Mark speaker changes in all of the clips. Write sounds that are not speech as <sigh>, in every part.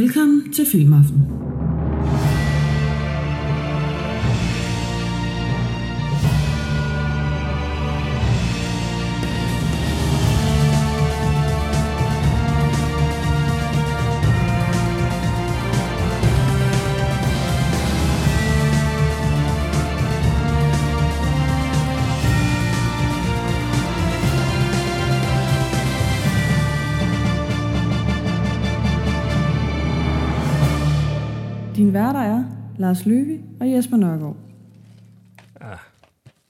Speaker 1: Velkommen til Filmaften.
Speaker 2: Din værter er Lars Lykke og Jesper Nørgaard.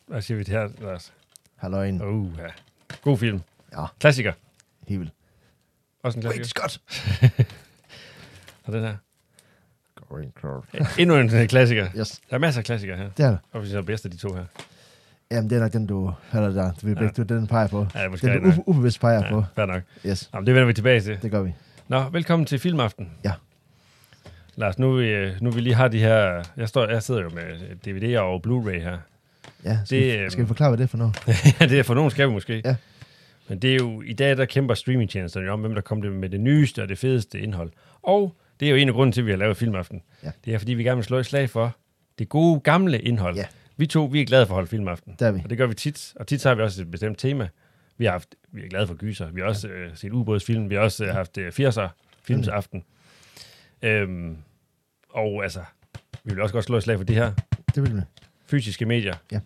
Speaker 3: Hvad siger vi til her, Lars?
Speaker 4: Halløjen.
Speaker 3: Oh, ja. God film.
Speaker 4: Ja.
Speaker 3: Klassiker.
Speaker 4: Helt vildt.
Speaker 3: Også en klassiker.
Speaker 4: Scott.
Speaker 3: Og den her.
Speaker 4: Great Scott.
Speaker 3: Endnu en øh, klassiker.
Speaker 4: Yes,
Speaker 3: Der er masser af klassikere her.
Speaker 4: det er det.
Speaker 3: Og vi synes, bedst af de to her.
Speaker 4: Jamen, det er nok den, du eller der. Det vil
Speaker 3: Ja.
Speaker 4: begge, du, den peger på.
Speaker 3: Ja, måske
Speaker 4: Den
Speaker 3: er
Speaker 4: du u- ubevidst peger på.
Speaker 3: ja, fair nok.
Speaker 4: Yes,
Speaker 3: Jamen, det vender vi tilbage til.
Speaker 4: det gør vi.
Speaker 3: Nå, velkommen til Filmaften.
Speaker 4: Ja.
Speaker 3: Lars, nu vi, øh, nu vi lige har de her... Jeg, står, jeg sidder jo med øh, DVD'er og Blu-ray her.
Speaker 4: Ja, skal,
Speaker 3: Det,
Speaker 4: det, vi,
Speaker 3: øhm,
Speaker 4: skal vi forklare, hvad det er for noget?
Speaker 3: <laughs> Ja, det er for nogen skal vi måske.
Speaker 4: Ja.
Speaker 3: Men det er jo, i dag der kæmper streamingtjenesterne jo om, hvem der kommer med det nyeste og det fedeste indhold. Og det er jo en af grunden til, at vi har lavet Filmaften.
Speaker 4: Ja.
Speaker 3: Det er, fordi vi gerne vil slå et slag for det gode, gamle indhold.
Speaker 4: Ja.
Speaker 3: Vi to, vi er glade for at holde Filmaften.
Speaker 4: Der er vi.
Speaker 3: Og det gør vi tit, og tit har vi også et bestemt tema. Vi, har haft, vi er glade for gyser, vi har også øh, set ubådsfilm, vi har også øh, haft øh, 80'er filmsaften. Øhm, og altså, vi vil også godt slå et slag for det her
Speaker 4: Det vil vi.
Speaker 3: fysiske medier.
Speaker 4: Ja.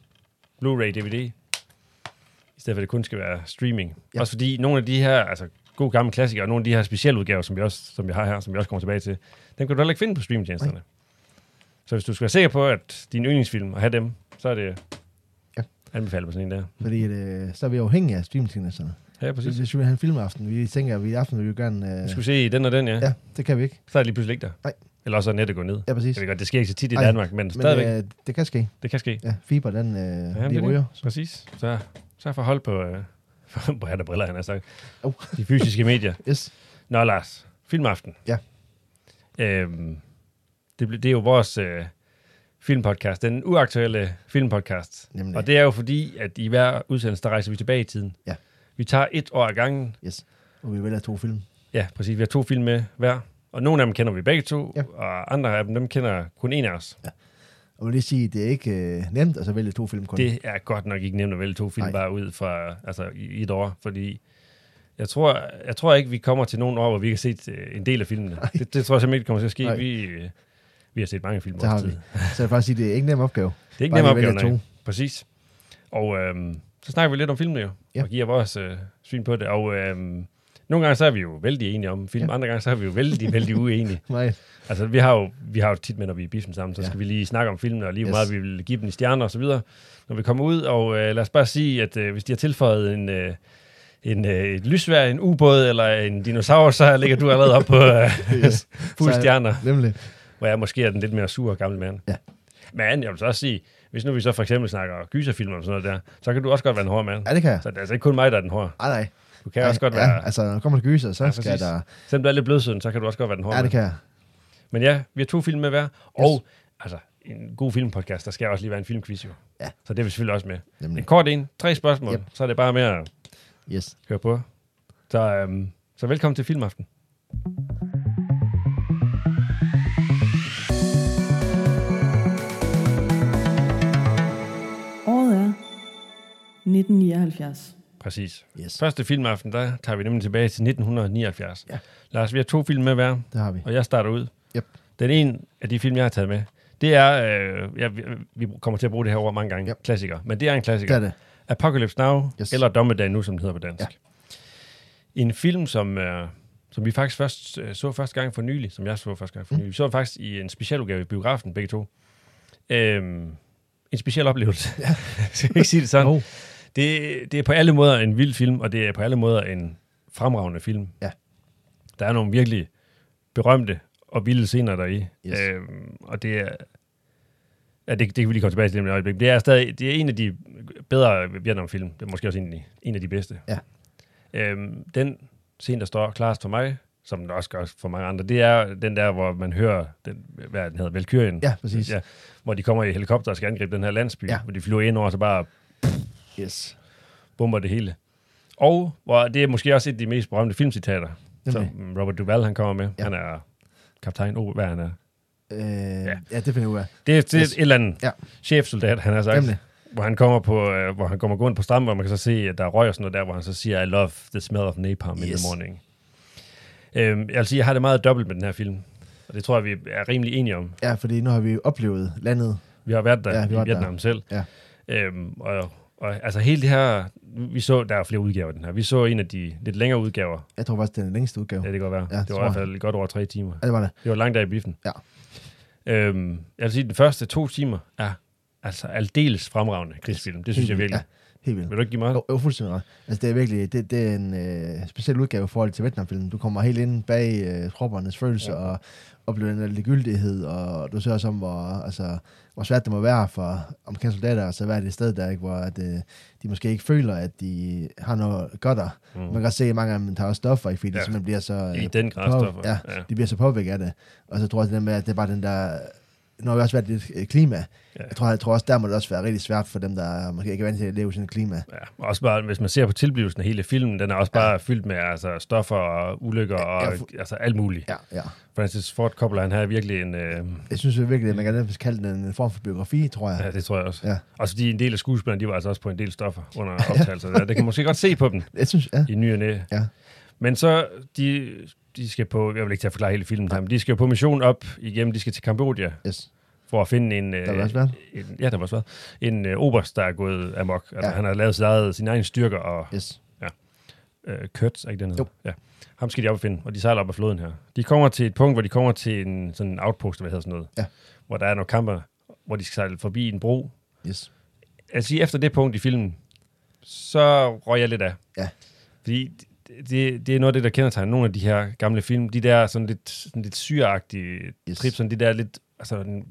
Speaker 3: Blu-ray, DVD. I stedet for, at det kun skal være streaming. Ja.
Speaker 4: Ja.
Speaker 3: Også fordi nogle af de her, altså gode gamle klassikere, og nogle af de her specielle udgaver, som vi, også, som vi har her, som vi også kommer tilbage til, dem kan du heller ikke finde på streamingtjenesterne. Så hvis du skal være sikker på, at din yndlingsfilm, og have dem, så er det
Speaker 4: Ja.
Speaker 3: anbefalet på sådan en der.
Speaker 4: Fordi det, så er vi afhængige af streamingtjenesterne.
Speaker 3: Ja, præcis.
Speaker 4: Hvis, hvis vi vil have en filmaften, vi tænker, at vi i aften vil vi gerne... Øh,
Speaker 3: Vi skulle se den og den, ja.
Speaker 4: ja, det kan vi ikke.
Speaker 3: Så er det lige pludselig ikke der.
Speaker 4: Nej.
Speaker 3: Eller også er nettet gået ned.
Speaker 4: Ja, præcis.
Speaker 3: Jeg ved godt, det sker ikke så tit i
Speaker 4: Ej,
Speaker 3: Danmark, men, men
Speaker 4: Men
Speaker 3: stadigvæk,
Speaker 4: øh, det kan ske.
Speaker 3: det kan ske.
Speaker 4: Ja, fiber, den øh,
Speaker 3: Ja, men det
Speaker 4: lige
Speaker 3: er
Speaker 4: ryger.
Speaker 3: Præcis. Så, så for hold på, øh, <laughs> på hat og briller, han har sagt.
Speaker 4: Au.
Speaker 3: De fysiske medier.
Speaker 4: Yes.
Speaker 3: Nå, Lars. Filmaften.
Speaker 4: Ja.
Speaker 3: Øhm, det, ble- det er jo vores øh, filmpodcast, den uaktuelle filmpodcast.
Speaker 4: Nemlig.
Speaker 3: Og det er jo fordi, at i hver udsendelse, der rejser vi tilbage i tiden.
Speaker 4: Ja.
Speaker 3: Vi tager et år ad gangen.
Speaker 4: Yes. Og vi vælger to film.
Speaker 3: Ja, præcis. Vi har to film med hver. Og nogle af dem kender vi begge to,
Speaker 4: Ja.
Speaker 3: og andre af dem, dem kender kun en af os.
Speaker 4: Og jeg vil lige sige, det er ikke øh, nemt at så vælge to film kun.
Speaker 3: Det er godt nok ikke nemt at vælge to film
Speaker 4: Nej.
Speaker 3: bare ud fra altså, i, i et år, fordi jeg tror, jeg tror ikke, vi kommer til nogle år, hvor vi kan set øh, en del af filmene. Det, det, tror jeg simpelthen ikke kommer til at ske.
Speaker 4: Nej.
Speaker 3: Vi, øh, vi har set mange film. i
Speaker 4: Det
Speaker 3: vores
Speaker 4: har
Speaker 3: tid.
Speaker 4: vi. Så jeg vil faktisk sige, det er ikke en nem opgave.
Speaker 3: Det er ikke
Speaker 4: Bare
Speaker 3: nem
Speaker 4: lige
Speaker 3: opgave,
Speaker 4: vælge
Speaker 3: nej. Præcis. Og øhm, så snakker vi lidt om filmene jo,
Speaker 4: Ja.
Speaker 3: og giver vores øh, syn på det. Og øhm, nogle gange så er vi jo vældig enige om film,
Speaker 4: Ja.
Speaker 3: andre gange så er vi jo vældig, vældig uenige.
Speaker 4: Nej.
Speaker 3: Altså vi har jo, vi har jo tit med, når vi er i biffen sammen, så
Speaker 4: Ja.
Speaker 3: skal vi lige snakke om filmene, og lige hvor
Speaker 4: Yes.
Speaker 3: meget vi vil give dem i stjerner og så videre, når vi kommer ud. Og øh, lad os bare sige, at øh, hvis de har tilføjet en... Øh, en, øh, et lysvær, en ubåd eller en dinosaur, så ligger du allerede op på øh,
Speaker 4: <laughs> Yes.
Speaker 3: fuld
Speaker 4: Så-
Speaker 3: stjerner
Speaker 4: Nemlig.
Speaker 3: hvor jeg måske er den lidt mere sur gamle mand.
Speaker 4: Ja.
Speaker 3: Men jeg vil så også sige, hvis nu vi så for eksempel snakker gyserfilm og sådan noget der, så kan du også godt være en hård mand.
Speaker 4: Ja, det kan jeg.
Speaker 3: Så det er altså ikke kun mig, der er den hårde.
Speaker 4: Ej, nej.
Speaker 3: Du kan også godt være,
Speaker 4: Ja, altså, når der kommer til gyser, så
Speaker 3: Ja,
Speaker 4: ja,
Speaker 3: præcis.
Speaker 4: skal der...
Speaker 3: selvom du er lidt blødsøden, så kan du også godt være den hårde
Speaker 4: Ja, det
Speaker 3: mand.
Speaker 4: kan jeg.
Speaker 3: Men ja, vi har to film med hver, og altså, en god filmpodcast, der skal også lige være en filmquiz jo.
Speaker 4: Ja.
Speaker 3: Så det er vi selvfølgelig også med.
Speaker 4: Nemlig.
Speaker 3: En kort en, tre spørgsmål,
Speaker 4: Yep.
Speaker 3: så er det bare med at
Speaker 4: Yes.
Speaker 3: høre på. Så, øhm, så velkommen til Filmaften.
Speaker 2: Året er 1979.
Speaker 3: Præcis.
Speaker 4: Yes.
Speaker 3: Første filmaften, der tager vi nemlig tilbage til 1979.
Speaker 4: Ja.
Speaker 3: Lars, vi har to film med hver.
Speaker 4: Det har vi.
Speaker 3: og jeg starter ud.
Speaker 4: Yep.
Speaker 3: Den ene af de film, jeg har taget med, det er, øh, ja, vi, vi kommer til at bruge det her ord mange gange,
Speaker 4: Yep.
Speaker 3: klassiker, men det er en
Speaker 4: Det
Speaker 3: klassiker.
Speaker 4: er det.
Speaker 3: Apocalypse Now,
Speaker 4: Yes.
Speaker 3: eller Dommedag Nu, som den hedder på dansk.
Speaker 4: Ja.
Speaker 3: En film, som, øh, som vi faktisk først øh, så første gang for nylig, som jeg så første gang for nylig. Vi så den faktisk i en specialudgave i biografen, begge to. Øhm, en speciel oplevelse. Ja. <laughs> Skal jeg ikke sige det sådan?
Speaker 4: Jo.
Speaker 3: Det, det er på alle måder en vild film, og det er på alle måder en fremragende film.
Speaker 4: Ja.
Speaker 3: Der er nogle virkelig berømte og vilde scener deri.
Speaker 4: Yes.
Speaker 3: Øhm, og det er... Ja, det, det kan vi lige komme tilbage til det om et øjeblik. Det er stadig det er en af de bedre Vietnamfilm. Det er måske også en af de, en af de bedste.
Speaker 4: Ja.
Speaker 3: Øhm, den scene, der står klarest for mig, som den også gør for mange andre, det er den der, hvor man hører, den, hvad er den hedder, Valkyrien.
Speaker 4: Ja, præcis.
Speaker 3: Ja, hvor de kommer i helikopter og skal angribe den her landsby,
Speaker 4: Ja.
Speaker 3: hvor de flyver ind over, og så bare
Speaker 4: Yes.
Speaker 3: bomber det hele. Og hvor det er måske også et af de mest berømte filmcitater,
Speaker 4: Nemlig.
Speaker 3: som Robert Duvall han kommer med. Ja.
Speaker 4: Ja.
Speaker 3: Han er kaptajn O, hvad han er.
Speaker 4: Øh,
Speaker 3: Ja.
Speaker 4: ja. ja, det finder jeg ud af.
Speaker 3: Det, er- det er
Speaker 4: Yes.
Speaker 3: et eller andet ja.
Speaker 4: Ja.
Speaker 3: chefsoldat, han har sagt.
Speaker 4: Nemlig.
Speaker 3: Hvor han kommer på, øh, hvor han kommer gående på stranden, hvor man kan så se, at der er røg og sådan noget der, hvor han så siger, I love the smell of napalm yes. in
Speaker 4: Yes.
Speaker 3: the morning. Øhm, jeg vil sige, jeg har det meget dobbelt med den her film. Og det tror jeg, vi er rimelig enige om.
Speaker 4: Ja, fordi nu har vi jo oplevet landet.
Speaker 3: Vi har været der
Speaker 4: Ja, vi
Speaker 3: ja,
Speaker 4: har
Speaker 3: i
Speaker 4: været
Speaker 3: Vietnam der. selv.
Speaker 4: Ja.
Speaker 3: Øhm, og, og, altså hele det her, vi så, der er flere udgaver af den her. Vi så en af de lidt længere udgaver.
Speaker 4: Jeg tror faktisk, det er den længste udgave.
Speaker 3: Ja,
Speaker 4: Ja,
Speaker 3: det kan godt være.
Speaker 4: Ja,
Speaker 3: Ja, det,
Speaker 4: det
Speaker 3: var i
Speaker 4: tror
Speaker 3: hvert fald godt over tre timer.
Speaker 4: det var det.
Speaker 3: Det var langt der i biffen.
Speaker 4: Ja.
Speaker 3: Øhm, jeg vil sige, at de første to timer er altså aldeles fremragende krigsfilm. Det synes jeg
Speaker 4: Helt vildt,
Speaker 3: virkelig.
Speaker 4: Ja, helt
Speaker 3: Ja.
Speaker 4: vildt.
Speaker 3: Vil du ikke give mig
Speaker 4: Jo, jo, fuldstændig ret. Altså, det er virkelig det, det er en øh, speciel udgave i forhold til Vietnamfilmen. Du kommer helt ind bag øh, troppernes følelser ja. og oplever den der ligegyldighed, og du ser også om, hvor, altså, hvor svært det må være for amerikanske soldater, og så være det sted der, ikke, hvor at, øh, de måske ikke føler, at de har noget godt der. Mm. Man kan godt se, at mange af dem tager også stoffer, ikke, fordi ja.
Speaker 3: Ja.
Speaker 4: de simpelthen bliver så... Øh,
Speaker 3: i den grad,
Speaker 4: på-
Speaker 3: Stoffer?
Speaker 4: Ja,
Speaker 3: ja.
Speaker 4: de bliver så påvirket af det. Og så tror jeg, at det, der med, at det er bare den der... Nu har vi også været lidt øh, klima.
Speaker 3: Ja.
Speaker 4: Ja. Jeg, tror, jeg tror også, der må det også være rigtig svært for dem, der måske ikke er vant til at leve i sådan et klima.
Speaker 3: Ja, og også bare, hvis man ser på tilblivelsen af hele filmen, den er også bare ja. fyldt med altså, stoffer og ulykker og
Speaker 4: Ja,
Speaker 3: ja,
Speaker 4: ja, fu-
Speaker 3: altså, alt muligt. Ja.
Speaker 4: Ja, ja.
Speaker 3: Francis Ford Coppola, han har virkelig en... Øh,
Speaker 4: Jeg synes jo virkelig, at man kan nærmest kalde den en form for biografi, tror jeg.
Speaker 3: ja, det tror jeg også.
Speaker 4: Ja.
Speaker 3: Og så de en del af skuespillerne, de var altså også på en del stoffer under optagelserne. Ja. Det kan man måske godt se på dem.
Speaker 4: Jeg synes, ja.
Speaker 3: i ny og næ.
Speaker 4: Ja.
Speaker 3: Men så, de, de skal på, jeg vil ikke til at forklare hele filmen, her, men de skal jo på mission op igennem, de skal til Kambodja
Speaker 4: Yes.
Speaker 3: for at finde en...
Speaker 4: Der var
Speaker 3: øh,
Speaker 4: også været.
Speaker 3: en ja, der var også været. En øh, oberst, der er gået amok. Altså, ja.
Speaker 4: Ja.
Speaker 3: Han har lavet sit eget, sin egen styrker og
Speaker 4: Yes.
Speaker 3: øh, Kurtz, er ikke den hedder?
Speaker 4: Jo.
Speaker 3: Ja. Ham skal de op og finde, og de sejler op ad floden her. De kommer til et punkt, hvor de kommer til en sådan en outpost, hvad hedder sådan noget,
Speaker 4: Ja.
Speaker 3: hvor der er nogle kamper, hvor de skal sejle forbi en bro.
Speaker 4: Yes.
Speaker 3: Altså, efter det punkt i filmen, så røg jeg lidt af.
Speaker 4: Ja.
Speaker 3: Fordi det, det, det er noget af det, der kendetegner nogle af de her gamle film. De der sådan lidt, sådan lidt syreagtige yes.
Speaker 4: Yes.
Speaker 3: trip, sådan de der lidt altså, den,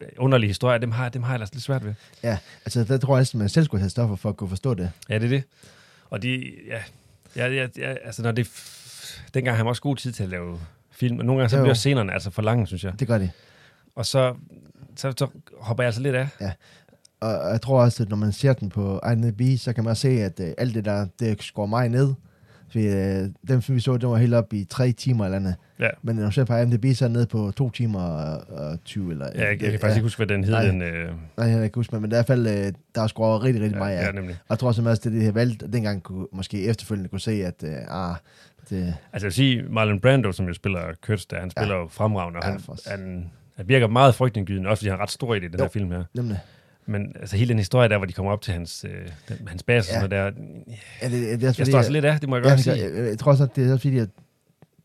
Speaker 3: øh, underlige historier, dem har, dem har jeg altså lidt svært ved.
Speaker 4: Ja, altså der tror jeg næsten, man selv skulle tage stoffer for at kunne forstå det.
Speaker 3: Ja, det er det. Og de, ja, ja, ja, ja altså når det, f- dengang har man også god tid til at lave film, og nogle gange så
Speaker 4: Jo.
Speaker 3: bliver scenerne altså for lange, synes jeg.
Speaker 4: Det gør det.
Speaker 3: Og så, så, så hopper jeg altså lidt af.
Speaker 4: Og og jeg tror også, at når man ser den på IMDb, så kan man også se, at øh, alt det der, det skår mig ned. Fordi øh, den film, vi så, den var helt op i tre timer eller andet.
Speaker 3: Ja.
Speaker 4: Men når man ser på IMDb, så er den nede på to timer og- og 20 eller...
Speaker 3: Ja, jeg, jeg kan faktisk ikke huske, hvad den hed.
Speaker 4: Nej.
Speaker 3: Den, øh,
Speaker 4: Nej, jeg kan ikke huske, men men i hvert fald, øh, der er skåret rigtig, rigtig meget af.
Speaker 3: ja, nemlig.
Speaker 4: Og jeg tror simpelthen også, det er det, jeg valgte, dengang kunne, måske efterfølgende kunne se, at øh, ah, det,
Speaker 3: Altså jeg vil sige, Marlon Brando, som jo spiller Kurtz, der, han spiller ja. jo fremragende, og
Speaker 4: Ja,
Speaker 3: han,
Speaker 4: for s-
Speaker 3: han, han virker meget frygtindgydende, også fordi han er ret stor i det, den jo.
Speaker 4: Jo.
Speaker 3: her film her.
Speaker 4: nemlig,
Speaker 3: Men altså hele den historie der, hvor de kommer op til hans, øh, den, hans base ja.
Speaker 4: Ja.
Speaker 3: og sådan noget der,
Speaker 4: er det, er det også,
Speaker 3: jeg
Speaker 4: fordi, øh,
Speaker 3: står altså lidt af, det må jeg
Speaker 4: ja,
Speaker 3: godt
Speaker 4: det
Speaker 3: sige.
Speaker 4: gør- jeg, jeg, tror også, at det er også fordi, at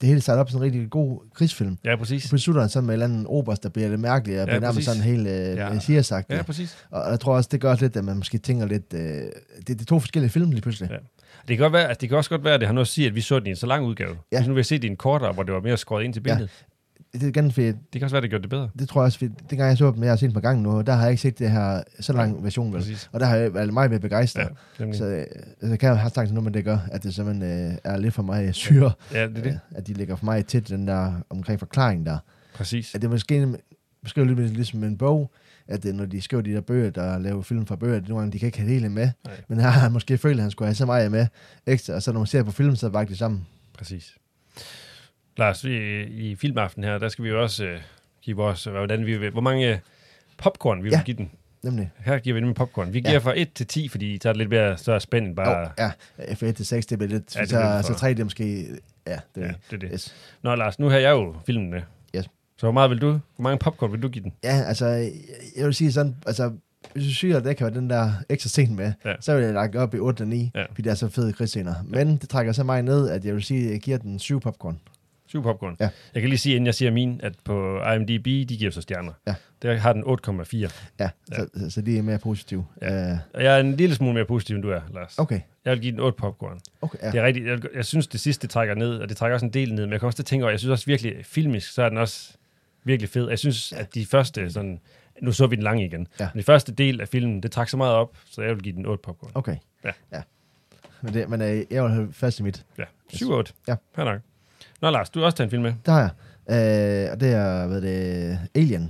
Speaker 4: det hele starter op som en rigtig god krigsfilm.
Speaker 3: Ja, præcis.
Speaker 4: Så slutter han sådan med en eller anden oberst, der bliver lidt mærkelig, og
Speaker 3: Ja,
Speaker 4: ja, bliver nærmest
Speaker 3: præcis.
Speaker 4: sådan helt øh,
Speaker 3: Ja.
Speaker 4: ja. siger
Speaker 3: Ja,
Speaker 4: ja.
Speaker 3: præcis.
Speaker 4: Og jeg tror også, det gør også lidt, at man måske tænker lidt, øh, det, det er to forskellige film lige pludselig.
Speaker 3: Ja. Det kan, godt være, altså, det kan også godt være, at det har noget at sige, at vi så den i en så lang udgave. Ja.
Speaker 4: Ja.
Speaker 3: Hvis nu vi har set det i en kortere, hvor det var mere skåret ind til
Speaker 4: Ja.
Speaker 3: benet. Ja.
Speaker 4: Det er igen, fordi
Speaker 3: Det kan også være, det gjorde det bedre.
Speaker 4: det tror jeg også, fordi dengang jeg så dem, jeg har set dem på gangen nu, der har jeg ikke set det her så lang version, vel?
Speaker 3: Præcis.
Speaker 4: Og der har jeg været meget mere begejstret.
Speaker 3: Ja, nemlig.
Speaker 4: Så, øh, så kan jeg have sagt noget, men det gør, at det simpelthen øh, er lidt for meget syre,
Speaker 3: ja, det er
Speaker 4: øh,
Speaker 3: det.
Speaker 4: at de ligger for meget tæt den der omkring forklaring der.
Speaker 3: Præcis.
Speaker 4: At det er måske beskriver lidt ligesom en bog, at øh, når de skriver de der bøger, der laver film fra bøger, nogle gange de kan ikke have det hele med,
Speaker 3: Nej.
Speaker 4: men her har han måske følt, at han skulle have så meget med ekstra, og så når man ser på filmen, så er det sammen.
Speaker 3: Præcis. Lars, vi, i filmaften her, der skal vi jo også øh, give vores, øh, hvordan vi vil, hvor mange øh, popcorn vi vil
Speaker 4: Ja.
Speaker 3: give den.
Speaker 4: Nemlig.
Speaker 3: Her giver vi nemlig popcorn. Vi
Speaker 4: Ja.
Speaker 3: giver fra 1 til 10, fordi så er det lidt mere større spænd end bare...
Speaker 4: Jo, ja, øh, fra 1 til 6, det bliver lidt,
Speaker 3: Ja, det
Speaker 4: så,
Speaker 3: bliver lidt for-
Speaker 4: så 3 det er måske, ja,
Speaker 3: Ja,
Speaker 4: det, ja.
Speaker 3: det er det.
Speaker 4: Yes.
Speaker 3: Nå Lars, nu har jeg jo filmen med.
Speaker 4: Yes.
Speaker 3: Så hvor meget vil du, hvor mange popcorn vil du give den?
Speaker 4: Ja, altså, jeg- jeg vil sige sådan, altså, hvis du synes, at det kan være den der ekstra scene med,
Speaker 3: Ja.
Speaker 4: ja. så vil jeg lagt op i 8 og 9,
Speaker 3: Ja.
Speaker 4: ja. fordi det er så fede krigsscener. Men det trækker så meget ned, at jeg vil sige, at jeg giver den 7 popcorn.
Speaker 3: Syv popcorn.
Speaker 4: Ja.
Speaker 3: Jeg kan lige sige, inden jeg siger min, at på IMDb, de giver så stjerner.
Speaker 4: Ja.
Speaker 3: Der har den 8,4.
Speaker 4: Ja,
Speaker 3: Ja.
Speaker 4: ja. Så, så, så de er mere positive. Ja. Uh,
Speaker 3: Og jeg er en lille smule mere positiv, end du er, Lars.
Speaker 4: okay,
Speaker 3: Jeg vil give den 8 popcorn.
Speaker 4: okay, ja.
Speaker 3: Det er rigtigt. Jeg, jeg synes, det sidste det trækker ned, og det trækker også en del ned, men jeg kan også til at tænke over, jeg synes også virkelig, filmisk, så er den også virkelig fed. Jeg synes, at de første sådan, nu så vi den lange igen,
Speaker 4: Ja.
Speaker 3: men den første del af filmen, det trak så meget op, så jeg vil give den 8 popcorn.
Speaker 4: Okay.
Speaker 3: Ja.
Speaker 4: ja. Men, det, men øh, jeg vil holde fast i mit.
Speaker 3: Ja, 7-8.
Speaker 4: Ja.
Speaker 3: Fair nok. Nå Lars, du har også taget en film med.
Speaker 4: Det har jeg. Øh, og det er, hvad er det, Alien.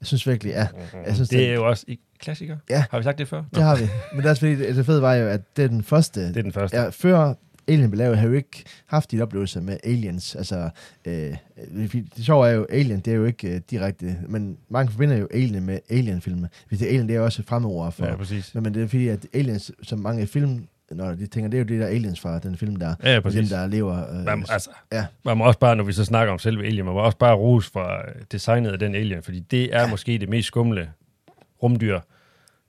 Speaker 4: Jeg synes virkelig, ja. Jeg synes,
Speaker 3: Det er jo også en klassiker.
Speaker 4: Ja.
Speaker 3: Har vi sagt det før? Nå,
Speaker 4: det har vi. Men det er også fordi, det, det fede var jo, at det er den første.
Speaker 3: det er den første.
Speaker 4: Ja, før Alien blev lavet, har jo ikke haft de oplevelser med Aliens. Altså, øh, det, det sjove er jo, Alien, det er jo ikke øh, direkte, men mange forbinder jo Alien med Alien-filmer. Hvis det er Alien, det er jo også et fremord for.
Speaker 3: Ja,
Speaker 4: Ja.
Speaker 3: præcis.
Speaker 4: Men, men det er fordi, at Aliens, som mange film, når de tænker, det er jo det der Aliens fra, den film der,
Speaker 3: Ja, ja
Speaker 4: dem
Speaker 3: præcis.
Speaker 4: der lever. Øh,
Speaker 3: Man, må- altså,
Speaker 4: Ja.
Speaker 3: ja. man må også bare, når vi så snakker om selve Alien, man må også bare rose for øh, designet af den Alien, fordi det er måske det mest skumle rumdyr,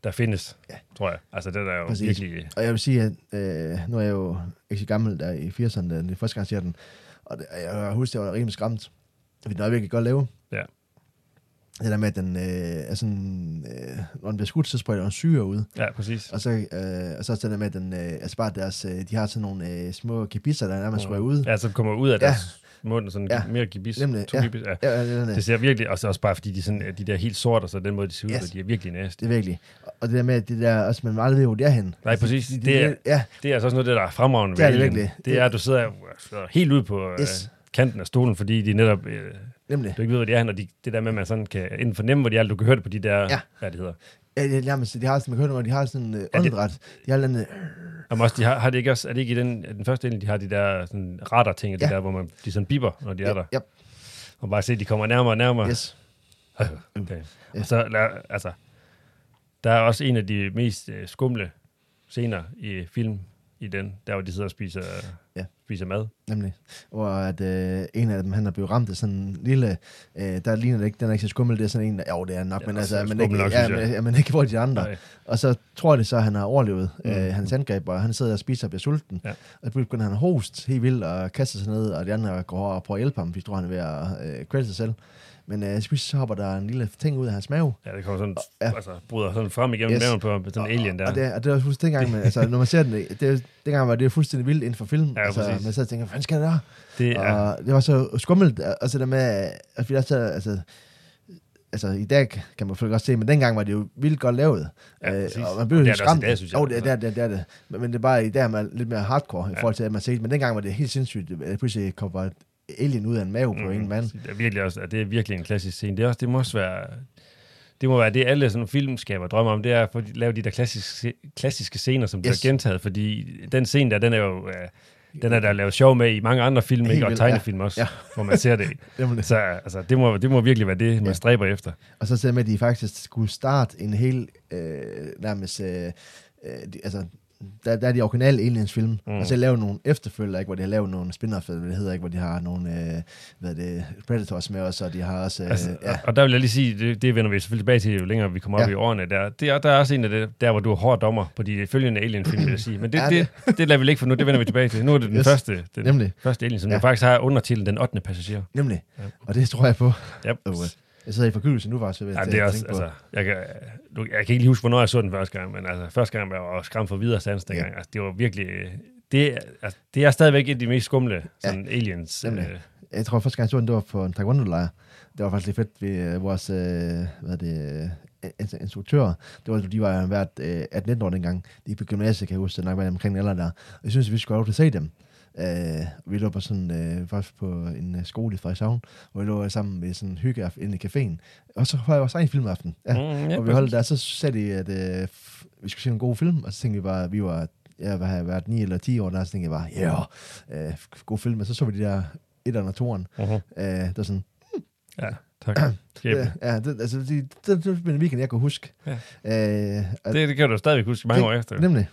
Speaker 3: der findes,
Speaker 4: Ja.
Speaker 3: ja. tror jeg. Altså, det der er jo
Speaker 4: Præcis.
Speaker 3: præcis. virkelig...
Speaker 4: Og jeg vil sige, at øh, nu er jeg jo ikke så gammel der i 80'erne, da den første gang jeg ser den. Og det, jeg husker, jeg var rimelig skræmt. Fordi den er virkelig godt lavet.
Speaker 3: Ja.
Speaker 4: Det der med, at den øh, er sådan... Øh, når den bliver skudt, så sprøjter den syre ud.
Speaker 3: Ja, præcis.
Speaker 4: Og så, øh, og så også det der med, at den, øh, altså bare deres, øh, de har sådan nogle øh, små kibisser, der nærmest rører ud.
Speaker 3: Ja, så kommer ud af
Speaker 4: Ja.
Speaker 3: deres mund, sådan
Speaker 4: Ja.
Speaker 3: ja. mere gibis,
Speaker 4: Nemlig,
Speaker 3: to
Speaker 4: ja.
Speaker 3: gibis. Ja.
Speaker 4: Ja, ja, det, er,
Speaker 3: Det ser virkelig, og så også bare fordi de, sådan, er de der helt sorte, og så den måde, de ser ud,
Speaker 4: Yes.
Speaker 3: yes. de er virkelig næste.
Speaker 4: det er virkelig. Og det der med, at det der, også man aldrig ved, hvor det er henne. Altså,
Speaker 3: Nej, præcis.
Speaker 4: Det, det,
Speaker 3: Det
Speaker 4: det,
Speaker 3: er-
Speaker 4: ja,
Speaker 3: Det er altså også noget, af det der er fremragende
Speaker 4: Det er det
Speaker 3: Alien.
Speaker 4: virkelig.
Speaker 3: Det er, at du sidder øh, helt ude på
Speaker 4: Yes.
Speaker 3: yes. kanten af stolen, fordi de netop... Øh,
Speaker 4: nemlig.
Speaker 3: du ikke ved, hvor de er henne, og de, det der med, at man sådan kan enten fornemme, hvor de er, eller du kan høre det på de der...
Speaker 4: Ja.
Speaker 3: Ja. Hvad det hedder.
Speaker 4: Ja, det er nærmest, de har sådan, man kan høre, når de har sådan øh,
Speaker 3: Ja, det-
Speaker 4: åndedræt. De har et eller andet,
Speaker 3: Jamen også, de har, har det ikke også, er det ikke i den, den første del, de har de der sådan, radar-ting, ja.
Speaker 4: Ja.
Speaker 3: de der, hvor man, de sådan biber, når de er der.
Speaker 4: Ja,
Speaker 3: Og bare se, de kommer nærmere og nærmere. Øh,
Speaker 4: ja, yes. Mm.
Speaker 3: Okay.
Speaker 4: Ja.
Speaker 3: Og så, la- altså, der er også en af de mest øh, skumle scener i film i den, der hvor de sidder og spiser,
Speaker 4: Ja.
Speaker 3: ja. spiser mad.
Speaker 4: Nemlig. Hvor at, øh, en af dem, han er blevet ramt af sådan en lille... Øh, der ligner det ikke, den er ikke så skummel, det er sådan en, der... Jo, det er nok,
Speaker 3: Ja,
Speaker 4: men
Speaker 3: så
Speaker 4: altså... Men
Speaker 3: skummel
Speaker 4: ikke,
Speaker 3: nok,
Speaker 4: ja,
Speaker 3: synes jeg.
Speaker 4: men, ja, men ikke hvor de andre.
Speaker 3: Nej.
Speaker 4: Og så tror det så, at han har overlevet mm. øh,
Speaker 3: Mm.
Speaker 4: hans angreb, og han sidder og spiser og bliver sulten.
Speaker 3: Ja.
Speaker 4: Og så begynder han at hoste helt vildt og kaster sig ned, og de andre går over og prøver at hjælpe ham, fordi de tror, han er ved at øh, kvæle sig selv. Men øh, så så hopper der en lille ting ud af hans mave.
Speaker 3: Ja, det kommer sådan,
Speaker 4: Ja.
Speaker 3: ja. altså, bryder sådan frem igennem
Speaker 4: Yes.
Speaker 3: yes. maven på ham, sådan en alien der.
Speaker 4: Og det, og det var fuldstændig dengang, men, altså, når man ser den, det, er jo- dengang var det jo fuldstændig vildt inden for film.
Speaker 3: Ja,
Speaker 4: altså,
Speaker 3: præcis.
Speaker 4: man sad og tænker, hvad skal det der?
Speaker 3: det er,
Speaker 4: Og det var så skummelt, også det der med, at vi også, altså, altså i dag kan man selvfølgelig godt se, men dengang var det jo vildt godt lavet.
Speaker 3: Ja,
Speaker 4: Øh,
Speaker 3: præcis.
Speaker 4: og man blev
Speaker 3: Og det
Speaker 4: jo
Speaker 3: er
Speaker 4: helt
Speaker 3: det også
Speaker 4: skræmt.
Speaker 3: i dag, synes jeg. altså.
Speaker 4: Jo, det, er- det, er- det, er- det er det. Men, men det er bare i dag, man er lidt mere hardcore ja. i
Speaker 3: Ja.
Speaker 4: forhold til, at man set. Men dengang var det helt sindssygt, at pludselig kom bare et alien ud af en mave på mm. en mand.
Speaker 3: Det er virkelig også, at det er virkelig en klassisk scene. Det, er også, det må også være, det må være det, alle sådan filmskaber drømmer om, det er at få- lave de der klassiske, klassiske scener, som bliver
Speaker 4: Yes.
Speaker 3: gentaget, fordi den scene der, den er jo, øh, den er der lavet sjov med i mange andre film,
Speaker 4: Helt
Speaker 3: ikke? og
Speaker 4: vildt,
Speaker 3: tegnefilm også,
Speaker 4: Ja.
Speaker 3: ja. hvor man
Speaker 4: <laughs>
Speaker 3: ser det.
Speaker 4: Nemlig.
Speaker 3: Så altså, det, må, det må virkelig være det, man
Speaker 4: Ja.
Speaker 3: ja. stræber efter.
Speaker 4: Og så ser med, at de faktisk skulle starte en hel, øh, nærmest, øh, øh, de, altså, der, der er de originale Aliens film, mm.
Speaker 3: Mm.
Speaker 4: og så lave nogle efterfølger, ikke, hvor de har lavet nogle spin-off, eller hvad det hedder, ikke, hvor de har nogle øh, hvad er det, Predators med os, og de har også, øh,
Speaker 3: Altså,
Speaker 4: altså, ja,
Speaker 3: Og der vil jeg lige sige, det, det vender vi selvfølgelig tilbage til, jo længere vi kommer op
Speaker 4: Ja.
Speaker 3: ja. i årene. Der, det er, der er også en af det, der, hvor du er hård dommer på de følgende Alien-film, vil jeg sige. Men det,
Speaker 4: Ja, det-
Speaker 3: det, det, lader vi ligge for nu, det vender vi tilbage til. Nu er det den
Speaker 4: Yes.
Speaker 3: yes. første, den
Speaker 4: Nemlig.
Speaker 3: første Alien, som
Speaker 4: Ja.
Speaker 3: ja. faktisk har undertitlen Den 8. passager.
Speaker 4: nemlig, ja.
Speaker 3: Ja.
Speaker 4: og det tror jeg på.
Speaker 3: Yep.
Speaker 4: Oh, well. Jeg sidder i forkyldelse nu, var så ved
Speaker 3: Ja, det er også, altså, jeg, kan, nu, jeg kan ikke lige huske, hvornår jeg så den første gang, men altså, første gang var jeg jo skræmt for videre sans dengang.
Speaker 4: Ja.
Speaker 3: Altså, det var virkelig... øh, Det, er- altså, det er stadigvæk et af de mest skumle sådan, aliens.
Speaker 4: Nemlig.
Speaker 3: øh,
Speaker 4: Jeg tror, første gang jeg så den, det var på en taekwondo-lejr. Det var faktisk lidt fedt ved øh, vores, øh, hvad er det, øh, in- instruktører. Det var, de var hvert øh, 18-19 år dengang. De gik på gymnasiet, kan jeg huske, så nok var jeg omkring den alder der. Og jeg synes, vi skulle have lov til at se dem. Øh, vi lå på sådan, øh, faktisk på en øh, skole i Frederikshavn, hvor vi lå sammen med sådan en hygge inde i caféen. Og så var jeg også en filmaften. Ja.
Speaker 3: mm, ja,
Speaker 4: Og vi holdt der, så sagde de, at øh, f- vi skulle se nogle gode film, og så tænkte vi bare, at vi var, ja, hvad har jeg været, 9 eller 10 år, der, så tænkte jeg bare, ja, yeah, øh, f- god film, og så så vi de der etteren og toeren,
Speaker 3: Mhm.
Speaker 4: øh, der var sådan,
Speaker 3: Ja, tak. Skæbne.
Speaker 4: øh, ja, det, altså, det, det, det var en weekend, jeg kunne huske.
Speaker 3: Ja.
Speaker 4: Øh, og,
Speaker 3: Det, det kan du stadigvæk huske mange år efter.
Speaker 4: Nemlig,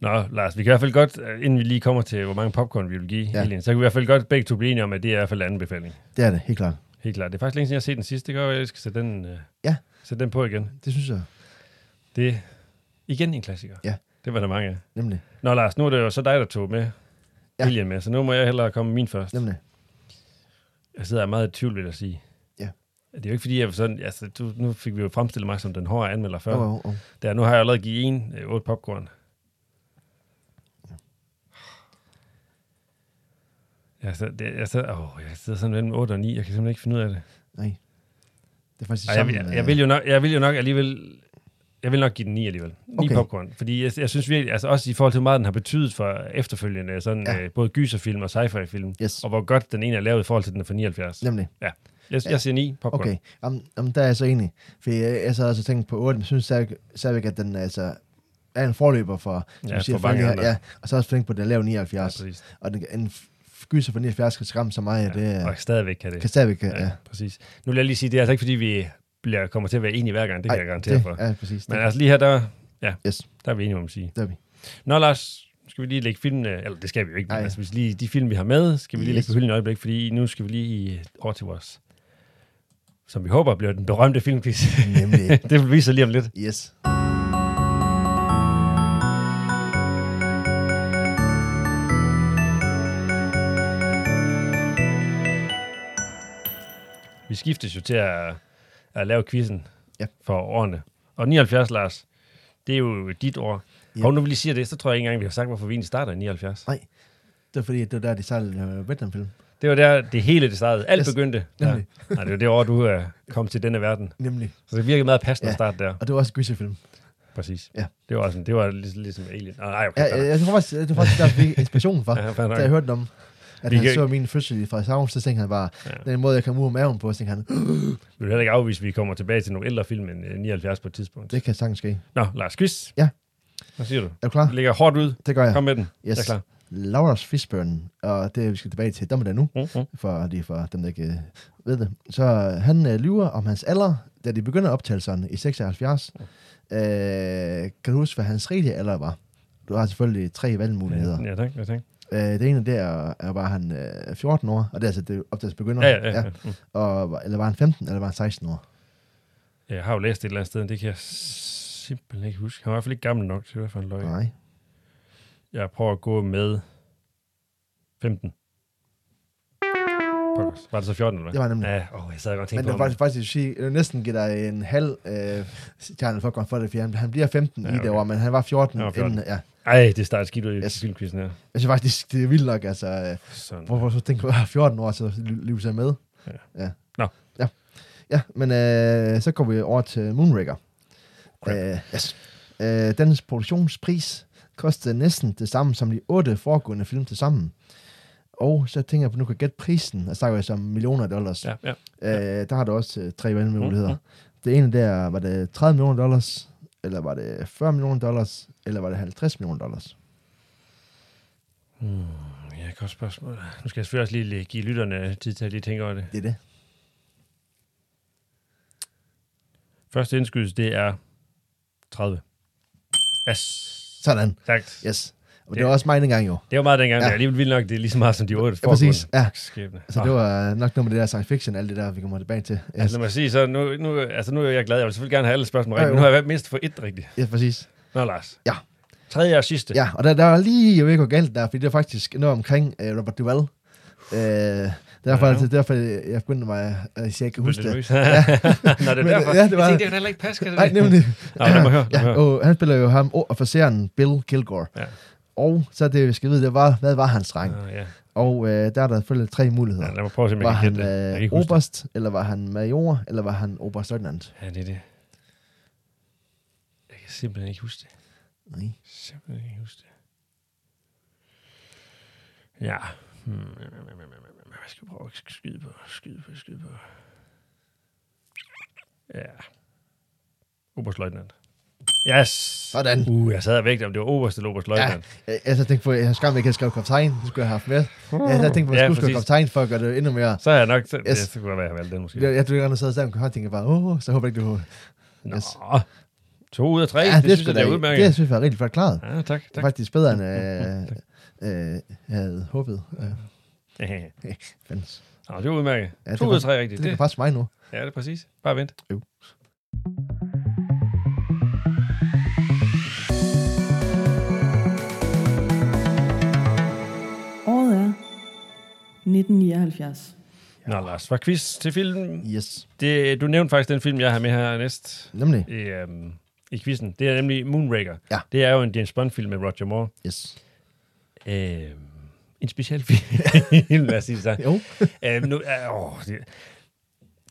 Speaker 3: Nå, Lars, vi kan i hvert fald godt, øh, inden vi lige kommer til, hvor mange popcorn vi vil give,
Speaker 4: Ja.
Speaker 3: ja. Alien, så kan vi i hvert fald godt begge to blive enige om, at det er i hvert fald anbefaling.
Speaker 4: det er det, helt klart.
Speaker 3: Helt klart. Det er faktisk længe siden, jeg har set den sidste. Det gør, at jeg skal sætte den, øh,
Speaker 4: Ja.
Speaker 3: sætte den på igen.
Speaker 4: Det synes jeg,
Speaker 3: Det er igen en klassiker.
Speaker 4: Ja.
Speaker 3: Det var der mange af.
Speaker 4: nemlig,
Speaker 3: Nå, Lars, nu er det jo så dig, der tog med.
Speaker 4: Ja.
Speaker 3: Ja. Alien med, så nu må jeg hellere komme med min først.
Speaker 4: nemlig.
Speaker 3: Jeg sidder meget i tvivl, vil jeg sige.
Speaker 4: Ja.
Speaker 3: Det er jo ikke fordi, jeg var sådan, altså, du, nu fik vi jo fremstillet mig som den hårde anmelder før.
Speaker 4: Åh, åh, åh.
Speaker 3: Der, nu har jeg allerede givet en øh, otte popcorn. Jeg sidder, det, jeg, sidder, åh, jeg sidder sådan mellem 8 og 9. Jeg kan simpelthen ikke finde ud af det.
Speaker 4: Nej, det er faktisk
Speaker 3: Ej, jeg,
Speaker 4: det samme.
Speaker 3: jeg,
Speaker 4: øh,
Speaker 3: jeg, vil jo nok, jeg vil jo nok alligevel... Jeg vil nok give den 9 alligevel. 9
Speaker 4: Okay.
Speaker 3: okay. popcorn. Fordi jeg, jeg synes virkelig, altså også i forhold til, hvor meget den har betydet for efterfølgende, sådan,
Speaker 4: Ja.
Speaker 3: ja. øh, både gyserfilm og sci-fi-film,
Speaker 4: Yes,
Speaker 3: og hvor godt den ene er lavet i forhold til den er fra 79.
Speaker 4: nemlig.
Speaker 3: Jeg, jeg siger 9 popcorn.
Speaker 4: Okay, jamen, jamen, der er jeg så enig. For jeg, jeg sad også og tænkte på 8, men synes stadig- stadigvæk, at den, altså, er en forløber for, som
Speaker 3: Ja,
Speaker 4: du siger,
Speaker 3: for mange
Speaker 4: Frank er-
Speaker 3: andre.
Speaker 4: ja, og så også flink på det lave
Speaker 3: Ja,
Speaker 4: 79.
Speaker 3: præcis.
Speaker 4: og den, en f- gyser for 79 kan skræmme så meget, ja. det
Speaker 3: Ja,
Speaker 4: er,
Speaker 3: og stadigvæk kan det.
Speaker 4: kan stadigvæk... Ja,
Speaker 3: ja,
Speaker 4: ja.
Speaker 3: præcis. Nu vil jeg lige sige, det er altså ikke, fordi vi bliver, kommer til at være enige hver gang, det kan Ej, jeg garantere
Speaker 4: det,
Speaker 3: for.
Speaker 4: Ja, præcis.
Speaker 3: Men
Speaker 4: det,
Speaker 3: altså lige her, der, ja,
Speaker 4: Yes.
Speaker 3: der er vi enige om at sige.
Speaker 4: det er vi.
Speaker 3: Nå Lars, skal vi lige lægge filmene, eller det skal vi jo ikke,
Speaker 4: Nej.
Speaker 3: men altså, hvis lige de film, vi har med, skal vi lige lægge
Speaker 4: Yes.
Speaker 3: på hylden et øjeblik, fordi nu skal vi lige i- over til vores, som vi håber bliver den berømte filmquiz.
Speaker 4: Nemlig.
Speaker 3: <laughs> det vil vise sig lige om lidt.
Speaker 4: <laughs> Yes.
Speaker 3: Vi skiftes jo til at, at lave quizzen
Speaker 4: Ja.
Speaker 3: for årene. Og 79, Lars, det er jo dit år.
Speaker 4: Ja.
Speaker 3: Ja. Og nu vi lige siger det, så tror jeg ikke engang, vi har sagt, hvorfor vi egentlig starter i 79.
Speaker 4: Nej. Det var fordi, at det var der, de sejlede øh, Vietnamfilm.
Speaker 3: Det var der, det hele det startede. Alt
Speaker 4: Yes,
Speaker 3: begyndte. Ja.
Speaker 4: nemlig.
Speaker 3: Nej, det var det år, du øh, kom til denne verden.
Speaker 4: Nemlig.
Speaker 3: Så det virkede meget passende
Speaker 4: Ja.
Speaker 3: at starte der.
Speaker 4: Og det var også en gyserfilm.
Speaker 3: Præcis.
Speaker 4: Ja.
Speaker 3: Det var, sådan, det var ligesom, ligesom Alien. Ah, nej, okay,
Speaker 4: Ja,
Speaker 3: fair
Speaker 4: ja,
Speaker 3: nok.
Speaker 4: jeg tror faktisk, det var faktisk der, jeg fik inspirationen fra,
Speaker 3: Ja, fair nok.
Speaker 4: da jeg hørte den om. At
Speaker 3: Vi
Speaker 4: han
Speaker 3: kan-
Speaker 4: så min fødsel i Frederikshavn, så tænkte han bare,
Speaker 3: Ja.
Speaker 4: den måde, jeg kom ud af maven på, så tænkte han,
Speaker 3: Vi vil heller ikke afvise, at vi kommer tilbage til nogle ældre film end øh, 79 på et tidspunkt.
Speaker 4: det kan sagtens ske.
Speaker 3: Nå, Lars Quiz.
Speaker 4: Ja.
Speaker 3: Hvad siger du?
Speaker 4: Er du klar?
Speaker 3: Det ligger hårdt ud.
Speaker 4: Det gør jeg.
Speaker 3: Kom med den.
Speaker 4: Yes.
Speaker 3: Jeg er klar.
Speaker 4: Lawrence Fishburne, og det vi skal tilbage til dommedag nu,
Speaker 3: Mm-hmm.
Speaker 4: for lige for dem, der ikke øh, ved det. Så øh, han øh, lyver om hans alder, da de begynder optagelserne i 76. Øh, kan du huske, hvad hans rigtige alder var? Du har selvfølgelig tre valgmuligheder.
Speaker 3: Ja, tak. Ja, tak.
Speaker 4: Øh, det ene der er, var han øh, 14 år, og det er altså det optagelsen begynder.
Speaker 3: Ja, ja, ja. ja. Mm.
Speaker 4: Og, var- eller var han 15, eller var han 16 år?
Speaker 3: Jeg har jo læst det et eller andet sted, men det kan jeg simpelthen ikke huske. Han var i hvert fald ikke gammel nok til, hvad for en løg.
Speaker 4: Nej.
Speaker 3: Jeg prøver at gå med 15. Pokkers. Var det så 14, eller hvad?
Speaker 4: Det var nemlig.
Speaker 3: Ja, åh, jeg sad godt og
Speaker 4: Men
Speaker 3: tænkte
Speaker 4: det
Speaker 3: på,
Speaker 4: var
Speaker 3: faktisk...
Speaker 4: faktisk, faktisk sige, jeg vil næsten give dig en halv øh, Charlie Falcon for det, for han, han bliver 15
Speaker 3: Ja,
Speaker 4: ja, okay. i det
Speaker 3: okay.
Speaker 4: år, men han var 14,
Speaker 3: Han var 14.
Speaker 4: inden. Ja.
Speaker 3: Ej, det starter skidt ud i yes.
Speaker 4: Yes.
Speaker 3: filmquizzen her.
Speaker 4: Jeg synes faktisk, det er vildt nok, altså. Øh,
Speaker 3: Sådan.
Speaker 4: Hvorfor så tænker jeg, 14 år, så lyver sig med?
Speaker 3: Ja.
Speaker 4: ja.
Speaker 3: Nå.
Speaker 4: Ja. ja, men øh, så går vi over til Moonraker.
Speaker 3: Crap.
Speaker 4: Øh, yes. øh, dens produktionspris kostede næsten det samme som de otte foregående film til sammen. Og så tænker jeg, at nu kan jeg gætte prisen, og så snakker jeg som millioner dollars.
Speaker 3: Ja, ja.
Speaker 4: Øh, der har du også øh, tre valgmuligheder. Mm-hmm. Det ene der, var det 30 millioner dollars, eller var det 40 millioner dollars, eller var det 50 millioner dollars?
Speaker 3: Ja, godt spørgsmål. Nu skal jeg selvfølgelig også lige give lytterne tid til at lige tænke over det.
Speaker 4: Det er det.
Speaker 3: Første indskydelse, det er 30. Yes.
Speaker 4: Sådan.
Speaker 3: Tak. Yes.
Speaker 4: Yes. Og det var også mig dengang jo.
Speaker 3: Det var meget dengang, ja.
Speaker 4: Ja.
Speaker 3: men alligevel vildt nok, det er lige så meget som de otte
Speaker 4: Ja, præcis. Ja.
Speaker 3: Skæbne. Ah.
Speaker 4: Så det var øh, nok noget med det der science fiction, alt det der, vi kommer tilbage til. Ja,
Speaker 3: Altså, lad mig sige, så nu, nu, altså, nu er jeg glad. Jeg vil selvfølgelig gerne have alle spørgsmål
Speaker 4: Ja,
Speaker 3: rigtigt.
Speaker 4: jo.
Speaker 3: Nu har jeg været mindst for et rigtigt.
Speaker 4: ja præcis.
Speaker 3: Nå, Lars.
Speaker 4: Ja.
Speaker 3: Tredje og sidste.
Speaker 4: Ja, og der, der var lige, jeg ved ikke, hvor galt der, fordi det var faktisk noget omkring uh, Robert Duvall. Uh, derfor,
Speaker 3: Ja.
Speaker 4: ja. altså, derfor jeg begyndte mig, at jeg ikke kan
Speaker 3: Husk
Speaker 4: huske
Speaker 3: det. <laughs>
Speaker 4: det.
Speaker 3: Nå, det er
Speaker 4: Men,
Speaker 3: derfor.
Speaker 4: ja, det
Speaker 3: Jeg tænkte,
Speaker 4: var-
Speaker 3: det kan heller ikke passe. Kan det
Speaker 4: Nej,
Speaker 3: det?
Speaker 4: nemlig.
Speaker 3: Nå, lad mig høre. Lad mig
Speaker 4: ja,
Speaker 3: høre.
Speaker 4: og han spiller jo ham, og officeren Bill Kilgore.
Speaker 3: Ja.
Speaker 4: Og så det, vi skal vide, det var, hvad var hans rang?
Speaker 3: Nå, ja.
Speaker 4: Og øh, der er der selvfølgelig tre muligheder.
Speaker 3: Ja, lad mig prøve at se, om jeg
Speaker 4: var
Speaker 3: kan
Speaker 4: han
Speaker 3: gætte det. Jeg kan
Speaker 4: øh,
Speaker 3: ikke huske det.
Speaker 4: oberst, eller var han major, eller var han oberstløjtnant?
Speaker 3: Ja, det er det. Jeg kan simpelthen ikke huske det.
Speaker 4: Nej.
Speaker 3: Simpelthen ikke huske det. Ja. Hmm. Hvad skal vi prøve at skyde på? Skyde på, skyde på. Ja. Oberstløjtnant. Yes!
Speaker 4: Sådan.
Speaker 3: Uh, jeg sad og vægte, om det var oberst eller oberstløjtnant.
Speaker 4: Ja, altså, jeg så tænkte på, jeg har skam, jeg kan skrive kaptajn, det skulle jeg have haft med. Jeg havde tænkt på, at jeg
Speaker 3: Ja,
Speaker 4: skulle skrive
Speaker 3: præcis.
Speaker 4: kaptajn, for at gøre det endnu mere.
Speaker 3: Så er jeg nok... Så, yes.
Speaker 4: Yes.
Speaker 3: det, så kunne det være, jeg valgte den måske.
Speaker 4: Jeg, jeg tror ikke, at sad sammen, og tænkte bare, åh, så håber jeg ikke, du...
Speaker 3: Nå,
Speaker 4: Yes.
Speaker 3: to ud af tre.
Speaker 4: Ja,
Speaker 3: det, det,
Speaker 4: sgu
Speaker 3: synes jeg,
Speaker 4: da-
Speaker 3: det er udmærket.
Speaker 4: Det synes jeg var rigtig flot klaret.
Speaker 3: Ja, tak,
Speaker 4: Det er
Speaker 3: tak.
Speaker 4: faktisk bedre,
Speaker 3: <laughs>
Speaker 4: end øh, øh, jeg havde håbet. Øh, fandens.
Speaker 3: Nå, det var udmærket.
Speaker 4: Ja, det
Speaker 3: to
Speaker 4: var-
Speaker 3: ud af tre
Speaker 4: det,
Speaker 3: rigtigt.
Speaker 4: det
Speaker 3: Det,
Speaker 4: kan passe mig nu.
Speaker 3: ja, det er præcis. Bare vent.
Speaker 4: Jo.
Speaker 2: Året er 1979.
Speaker 3: Nå, Lars, var quiz til film.
Speaker 4: Yes,
Speaker 3: Det, du nævnte faktisk den film, jeg har med her næst
Speaker 4: nemlig.
Speaker 3: i, øhm, i quizzen. Det er nemlig Moonraker.
Speaker 4: Ja.
Speaker 3: Det er jo en James Bond-film med Roger Moore.
Speaker 4: Yes.
Speaker 3: Øhm, en speciel film, <laughs> lad os sige det sådan.
Speaker 4: Jo.
Speaker 3: <laughs> øhm, nu, øh, åh, det,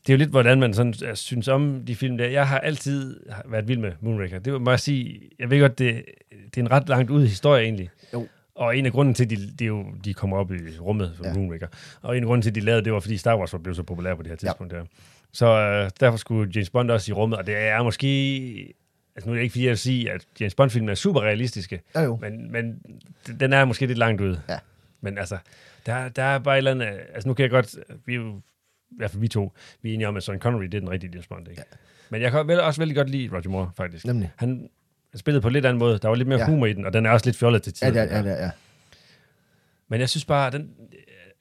Speaker 3: det er jo lidt, hvordan man sådan, øh, synes om de film der. Jeg har altid været vild med Moonraker. Det må jeg sige. Jeg ved godt, det, det er en ret langt ud historie egentlig.
Speaker 4: Jo.
Speaker 3: Og en af grunden til, at de, det er jo, de kommer op i rummet for ja.
Speaker 4: Ja.
Speaker 3: Moonraker, og en af grunden til, at de lavede det, var fordi Star Wars var blevet så populær på det her tidspunkt. Ja. Der. Så øh, derfor skulle James Bond også i rummet, og det er måske Altså nu er det ikke fordi, jeg vil sige, at James Bond-film er super realistiske,
Speaker 4: Ja, jo.
Speaker 3: men, men d- den er måske lidt langt ude.
Speaker 4: Ja.
Speaker 3: Men altså, der, der er bare et eller andet... Altså nu kan jeg godt... Vi er jo, i hvert fald vi to, vi er enige om, at Sean Connery, det er den rigtige James Bond, ikke? Ja. Men jeg kan vel, også vældig godt lide Roger Moore, faktisk.
Speaker 4: Nemlig.
Speaker 3: Han spillede på en lidt anden måde. Der var lidt mere
Speaker 4: Ja.
Speaker 3: ja. humor i den, og den er også lidt fjollet til
Speaker 4: Ja,
Speaker 3: tider.
Speaker 4: ja,
Speaker 3: den her.
Speaker 4: ja, ja, ja.
Speaker 3: Men jeg synes bare, den,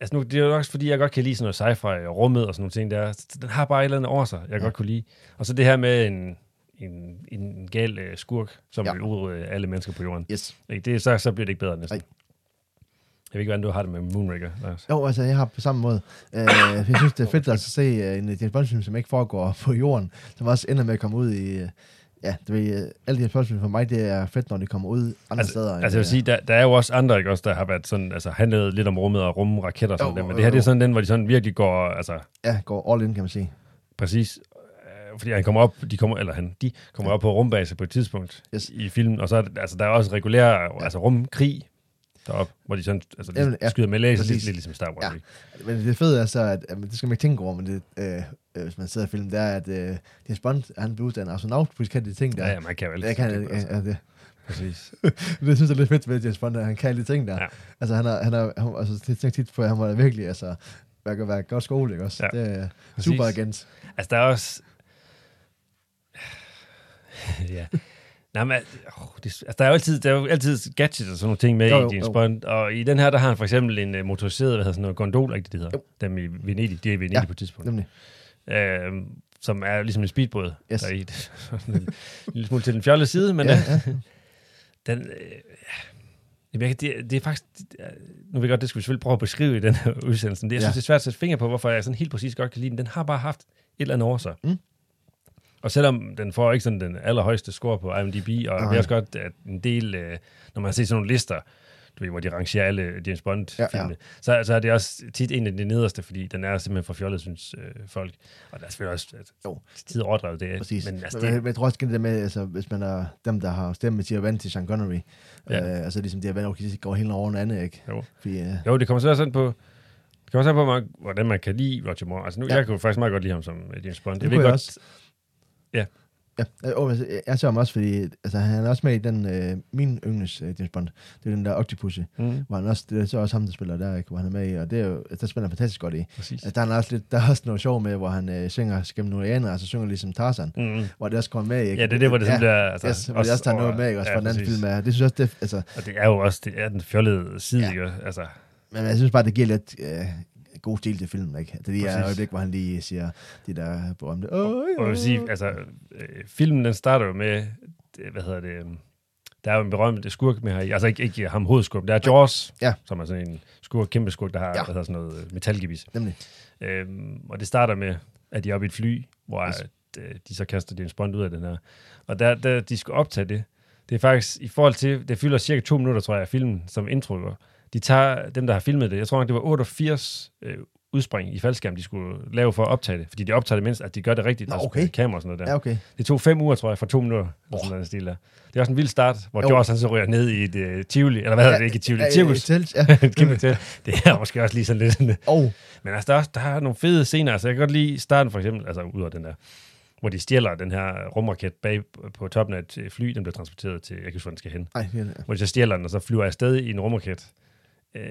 Speaker 3: altså nu, det er jo også fordi, jeg godt kan lide sådan noget sci-fi og rummet og sådan nogle ting der. Så Den har bare et eller andet over sig, jeg ja. godt kunne lide. Og så det her med en, en, en gal øh, skurk, som
Speaker 4: Ja.
Speaker 3: ja. vil udrydde øh, alle mennesker på jorden.
Speaker 4: Yes.
Speaker 3: Ikke? Det, så, så bliver det ikke bedre næsten.
Speaker 4: Nej.
Speaker 3: Nej. Jeg ved ikke, hvordan du har det med Moonraker, Lars.
Speaker 4: Jo, altså jeg har på samme måde. Øh, jeg synes, det er fedt at se øh, en James Bond-film, som ikke foregår <laughs> på jorden, som også ender med at komme ud i... øh, Ja, det ved, øh, alle de her spørgsmål for mig, det er fedt, når de kommer ud andre
Speaker 3: Altså,
Speaker 4: steder. end,
Speaker 3: altså jeg vil
Speaker 4: øh,
Speaker 3: sige, der, der er jo også andre, ikke også, der har været sådan, altså handlet lidt om rummet og rumraketter og sådan
Speaker 4: Jo,
Speaker 3: der, men
Speaker 4: jo,
Speaker 3: det her det er
Speaker 4: jo.
Speaker 3: sådan den, hvor de sådan virkelig går, altså
Speaker 4: Ja, går all in, kan man sige.
Speaker 3: Præcis. Øh, Fordi han kommer op, de kommer, eller han, de kommer ja. op på rumbase på et tidspunkt
Speaker 4: Yes.
Speaker 3: yes. i filmen, og så er det- altså, der er også regulær ja. altså, rumkrig deroppe, hvor de sådan altså,
Speaker 4: Jamen,
Speaker 3: de
Speaker 4: ja.
Speaker 3: ja. skyder med laser,
Speaker 4: Præcis.
Speaker 3: lidt, lidt ligesom Star Wars.
Speaker 4: Ja.
Speaker 3: Ja. Ikke?
Speaker 4: Men det fede er så, at, at det skal man ikke tænke over, men det, øh, øh, hvis man sidder i filmen, det er, at øh, James Bond, han blev uddannet astronaut, fordi kan de ting der.
Speaker 3: Ja, ja, man kan jo altid.
Speaker 4: det kan
Speaker 3: det,
Speaker 4: han,
Speaker 3: altså.
Speaker 4: ja, ja, det.
Speaker 3: Præcis.
Speaker 4: det synes jeg er lidt fedt ved James Bond, at han kan alle de ting der. Ja.
Speaker 3: Ja.
Speaker 4: Altså, han er, han er, han, altså, det tænker jeg tit på, at han var virkelig, altså, være, være godt skole, ikke også?
Speaker 3: Ja.
Speaker 4: Det er
Speaker 3: Præcis.
Speaker 4: super agent.
Speaker 3: Altså, der er også... <laughs> ja. Nej, men, oh, det, altså, der, er jo altid, der er jo altid gadgets og sådan nogle ting med
Speaker 4: Jo,
Speaker 3: jo,
Speaker 4: jo,
Speaker 3: i James
Speaker 4: jo.
Speaker 3: Bond. Og i den her, der har han for eksempel en øh, motoriseret, hvad hedder sådan noget, gondol, ikke det, det hedder?
Speaker 4: Jo.
Speaker 3: Jo. Dem i Venedig, det er i Venedig
Speaker 4: Ja,
Speaker 3: ja. på et tidspunkt.
Speaker 4: Nemlig.
Speaker 3: øh, som er ligesom en speedbåd.
Speaker 4: Yes.
Speaker 3: Yes. Der er i det. <laughs> Sådan en lille smule til den fjollede side, men øh, ja, <laughs> ja. den... Øh, ja. Jamen, jeg kan- det, det er faktisk... Det, er- nu ved jeg godt, det skal vi selvfølgelig prøve at beskrive i den her <laughs> udsendelse. men Det, jeg
Speaker 4: Ja.
Speaker 3: ja. synes, det er svært at sætte fingre på, hvorfor jeg sådan helt præcis godt kan lide den. Den har bare haft et eller andet over sig.
Speaker 4: Mm.
Speaker 3: Og selvom den får ikke sådan den allerhøjeste score på IMDb, og jeg
Speaker 4: Nej.
Speaker 3: ved også godt, at en del, øh, når man ser sådan nogle lister, du ved, hvor de rangerer alle James Bond-filmene,
Speaker 4: Ja,
Speaker 3: ja,
Speaker 4: ja.
Speaker 3: ja. Så, så er det også tit en af de nederste, fordi den er simpelthen for fjollet, synes øh, folk. Og der er selvfølgelig også altså,
Speaker 4: Jo.
Speaker 3: jo. tid overdrevet det.
Speaker 4: Præcis.
Speaker 3: Men altså,
Speaker 4: men,
Speaker 3: det,
Speaker 4: men jeg tror også, at det der med, altså, hvis man er dem, der har stemme, de er vant til Sean Connery. Ja.
Speaker 3: Ja.
Speaker 4: Øh, altså ligesom de er vant, okay, de går helt over en anden, ikke?
Speaker 3: Jo.
Speaker 4: Fordi, øh,
Speaker 3: jo, det kommer så også sådan på, det kommer så på, hvor- hvordan man kan lide Roger Moore. Altså nu,
Speaker 4: Ja.
Speaker 3: ja. jeg kunne faktisk meget godt lide ham som øh, James Bond. ved
Speaker 4: Det kunne jeg
Speaker 3: godt-
Speaker 4: også.
Speaker 3: Ja.
Speaker 4: Ja, øh, og altså, jeg- jeg ser ham også, fordi altså, han er også med i den, øh, min yndlings øh, James Bond, det er den der Octopussy,
Speaker 3: Mm,
Speaker 4: hvor han også, det er så også ham, der spiller der, ikke, hvor han er med i, og det er jo, altså, der spiller han fantastisk godt i.
Speaker 3: præcis.
Speaker 4: Altså, der, er han også lidt, der er også noget sjov med, hvor han øh, synger gennem Norianer, altså synger ligesom Tarzan,
Speaker 3: Mm.
Speaker 4: hvor det også kommer med, ikke?
Speaker 3: Ja, det er det, hvor det sådan
Speaker 4: ja.
Speaker 3: bliver... Altså,
Speaker 4: Yes, hvor det også tager noget med, ikke? Også ja, fra den anden
Speaker 3: præcis.
Speaker 4: film er. Det synes jeg også, det, altså,
Speaker 3: Og det er jo også det er den fjollede side,
Speaker 4: Ja.
Speaker 3: ja. ikke? Altså,
Speaker 4: men jeg synes bare, det giver lidt øh, god stil til filmen, ikke? Det er de her
Speaker 3: Præcis.
Speaker 4: øjeblik, hvor han lige siger de der berømte, åh, oh,
Speaker 3: og jeg vil sige, altså, øh, filmen den starter jo med, det- hvad hedder det, øhm, der er jo en berømt skurk med her, i. altså ikke, ikke ham hovedskurk, der er Jaws,
Speaker 4: Ja.
Speaker 3: som er sådan en skurk, kæmpe skurk, der har
Speaker 4: Ja.
Speaker 3: ja. hvad hedder sådan noget øh, metalgebis.
Speaker 4: Nemlig.
Speaker 3: Øhm, og det starter med, at de er oppe i et fly, hvor
Speaker 4: Yes.
Speaker 3: yes. at, øh, de så kaster James Bond ud af den her. Og der, der de skal optage det. Det er faktisk, i forhold til, det fylder cirka to minutter, tror jeg, af filmen som intro. jo. De tager dem, der har filmet det. Jeg tror nok, det var 88 øh, udspring i faldskærm, de skulle lave for at optage det. Fordi de optager det, mens at de gør det rigtigt.
Speaker 4: Nå,
Speaker 3: altså,
Speaker 4: okay.
Speaker 3: med kamera og sådan noget der.
Speaker 4: Ja, okay.
Speaker 3: Det tog fem uger, tror jeg, for to minutter. Oh. Sådan noget stil der. Det er også en vild start, hvor
Speaker 4: Jo.
Speaker 3: Jaws han så ryger ned i et øh, tivoli, eller hvad hedder det, ikke et tivoli,
Speaker 4: Ja,
Speaker 3: et cirkus.
Speaker 4: et telt, ja.
Speaker 3: Et <laughs> kæmpe telt. Det er måske også lige sådan lidt sådan,
Speaker 4: Og
Speaker 3: men altså, der er, også, der er nogle fede scener. Altså, jeg kan godt lide starten, for eksempel, altså ud af den der, hvor de stjæler den her rumraket bag på toppen af et øh, fly, den bliver transporteret til, jeg kan ikke huske, hvor den skal hen.
Speaker 4: Nej, det er-
Speaker 3: Hvor de så stjæler den, og så flyver afsted i en rumraket. Øh,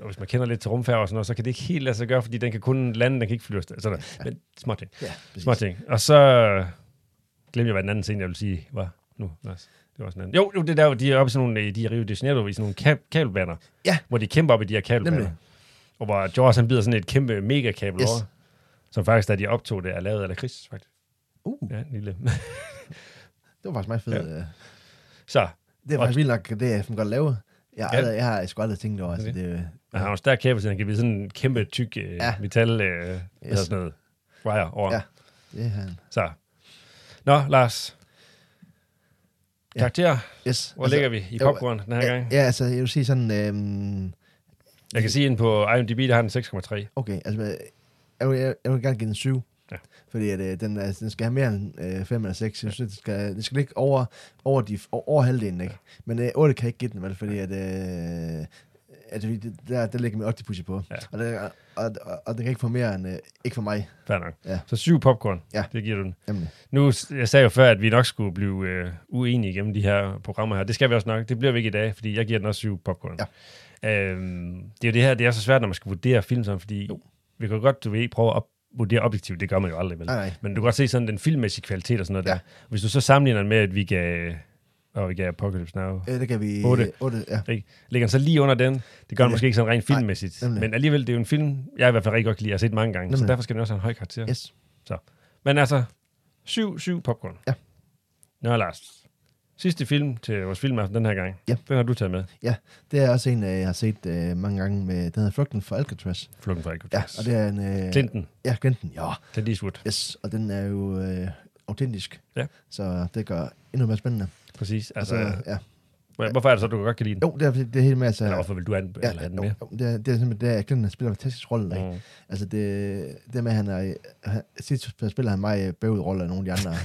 Speaker 3: og hvis man kender lidt til rumfærger og sådan noget, så kan det ikke helt lade sig gøre, fordi den kan kun lande, den kan ikke flyve afsted. Sådan der. Men smart ting.
Speaker 4: ja, præcis.
Speaker 3: Smart ting. Og så glemte jeg, hvad den anden scene, jeg ville sige, var nu, Lars. Det var sådan en. Jo, jo, det der, hvor de er oppe i sådan nogle, øh, de er Rio de Janeiro, i sådan nogle kab- kabelbaner.
Speaker 4: Ja.
Speaker 3: Hvor de kæmper op i de her kabelbaner.
Speaker 4: Nemlig.
Speaker 3: Og hvor Jaws, han bider sådan et kæmpe megakabel
Speaker 4: Yes.
Speaker 3: yes. over. Som faktisk, da de optog det, er lavet af Chris, faktisk.
Speaker 4: Uh,
Speaker 3: Ja, en lille. <laughs>
Speaker 4: det var faktisk meget fedt. øh. Ja.
Speaker 3: så,
Speaker 4: Det var faktisk vildt nok, det jeg sådan godt lave. Jeg, har
Speaker 3: Ja.
Speaker 4: aldrig, jeg har sgu aldrig tænkt over, altså,
Speaker 3: Okay.
Speaker 4: det,
Speaker 3: han har jo en stærk kæbe, så han kan blive sådan en kæmpe tyk øh,
Speaker 4: Ja.
Speaker 3: ja. metal, øh, yes. eller sådan noget, wire over.
Speaker 4: Ja.
Speaker 3: Ja.
Speaker 4: det er han.
Speaker 3: Så. Nå, Lars.
Speaker 4: Ja.
Speaker 3: Karakterer.
Speaker 4: Yes.
Speaker 3: Hvor altså, ligger vi i
Speaker 4: jo,
Speaker 3: popcorn den her gang?
Speaker 4: Ja, ja, altså, jeg vil sige sådan, øhm,
Speaker 3: Jeg kan sige ind på IMDb, der har den 6,3.
Speaker 4: okay, altså, jeg vil, jeg, jeg vil gerne give den 7.
Speaker 3: Ja.
Speaker 4: Ja. Fordi at, øh, den, altså, den skal have mere end øh, 5 eller 6. Jeg synes, den skal, den skal ligge over, over, de, over halvdelen, ikke? Ja. Men øh, 8 kan jeg ikke give den, vel? Fordi at, øh, altså, fordi det- der, der lægger min octopus på.
Speaker 3: Ja.
Speaker 4: Og, der, og, og, og, den kan ikke få mere end, øh, ikke for mig,
Speaker 3: Fair nok.
Speaker 4: Ja.
Speaker 3: Så syv popcorn,
Speaker 4: Ja.
Speaker 3: det giver du den.
Speaker 4: nemlig.
Speaker 3: Nu, jeg sagde jo før, at vi nok skulle blive øh, uenige gennem de her programmer her. Det skal vi også nok. Det bliver vi ikke i dag, fordi jeg giver den også syv popcorn. Ja. Øhm, det er jo det her, det er så svært, når man skal vurdere film sådan, fordi jo. vi kan jo godt, du ved, prøve at op- vurdere objektivt. Det gør man jo aldrig, vel?
Speaker 4: Nej, nej.
Speaker 3: Men du kan godt se sådan den filmmæssige kvalitet og sådan noget ja.
Speaker 4: Ja.
Speaker 3: der. Hvis du så sammenligner den med, at vi gav, og vi gav Apocalypse Now,
Speaker 4: Øh, der kan vi...
Speaker 3: Otte.
Speaker 4: 8 ja.
Speaker 3: ikke? ligger den så lige under den. Det gør den
Speaker 4: Ja.
Speaker 3: måske ikke sådan rent
Speaker 4: Nej,
Speaker 3: filmmæssigt.
Speaker 4: nemlig.
Speaker 3: men alligevel, det er jo en film, jeg i hvert fald rigtig godt kan lide. Jeg har set mange gange, så
Speaker 4: Nemlig.
Speaker 3: derfor skal den også have en høj karakter.
Speaker 4: Yes.
Speaker 3: Men altså, syv, syv popcorn.
Speaker 4: Ja.
Speaker 3: Nå, Lars. Sidste film til vores filmaften den her gang.
Speaker 4: Ja.
Speaker 3: Den har du taget med.
Speaker 4: Det er også en, øh, jeg har set øh, mange gange med, den hedder Flugten fra Alcatraz.
Speaker 3: Flugten fra
Speaker 4: Ja,
Speaker 3: Alcatraz.
Speaker 4: og det er en... Øh,
Speaker 3: Clinton.
Speaker 4: Ja, Clinton, ja.
Speaker 3: Clint Eastwood.
Speaker 4: Yes, og den er jo øh, autentisk.
Speaker 3: Ja.
Speaker 4: Så det gør endnu mere spændende.
Speaker 3: Præcis. Altså,
Speaker 4: Altså,
Speaker 3: altså,
Speaker 4: ja.
Speaker 3: hvorfor er det så, du godt kan lide den?
Speaker 4: Jo, det er, det er helt med, altså...
Speaker 3: Eller hvorfor vil du have den, ja, eller have den
Speaker 4: jo,
Speaker 3: med?
Speaker 4: jo, det, er, det er simpelthen det, er, at Clinton spiller en fantastisk rolle. Mm.
Speaker 3: Mm.
Speaker 4: Altså det, det med, at han er... Han, sidst spiller han meget øh, bøvet rolle af nogle af
Speaker 3: <laughs>
Speaker 4: de andre.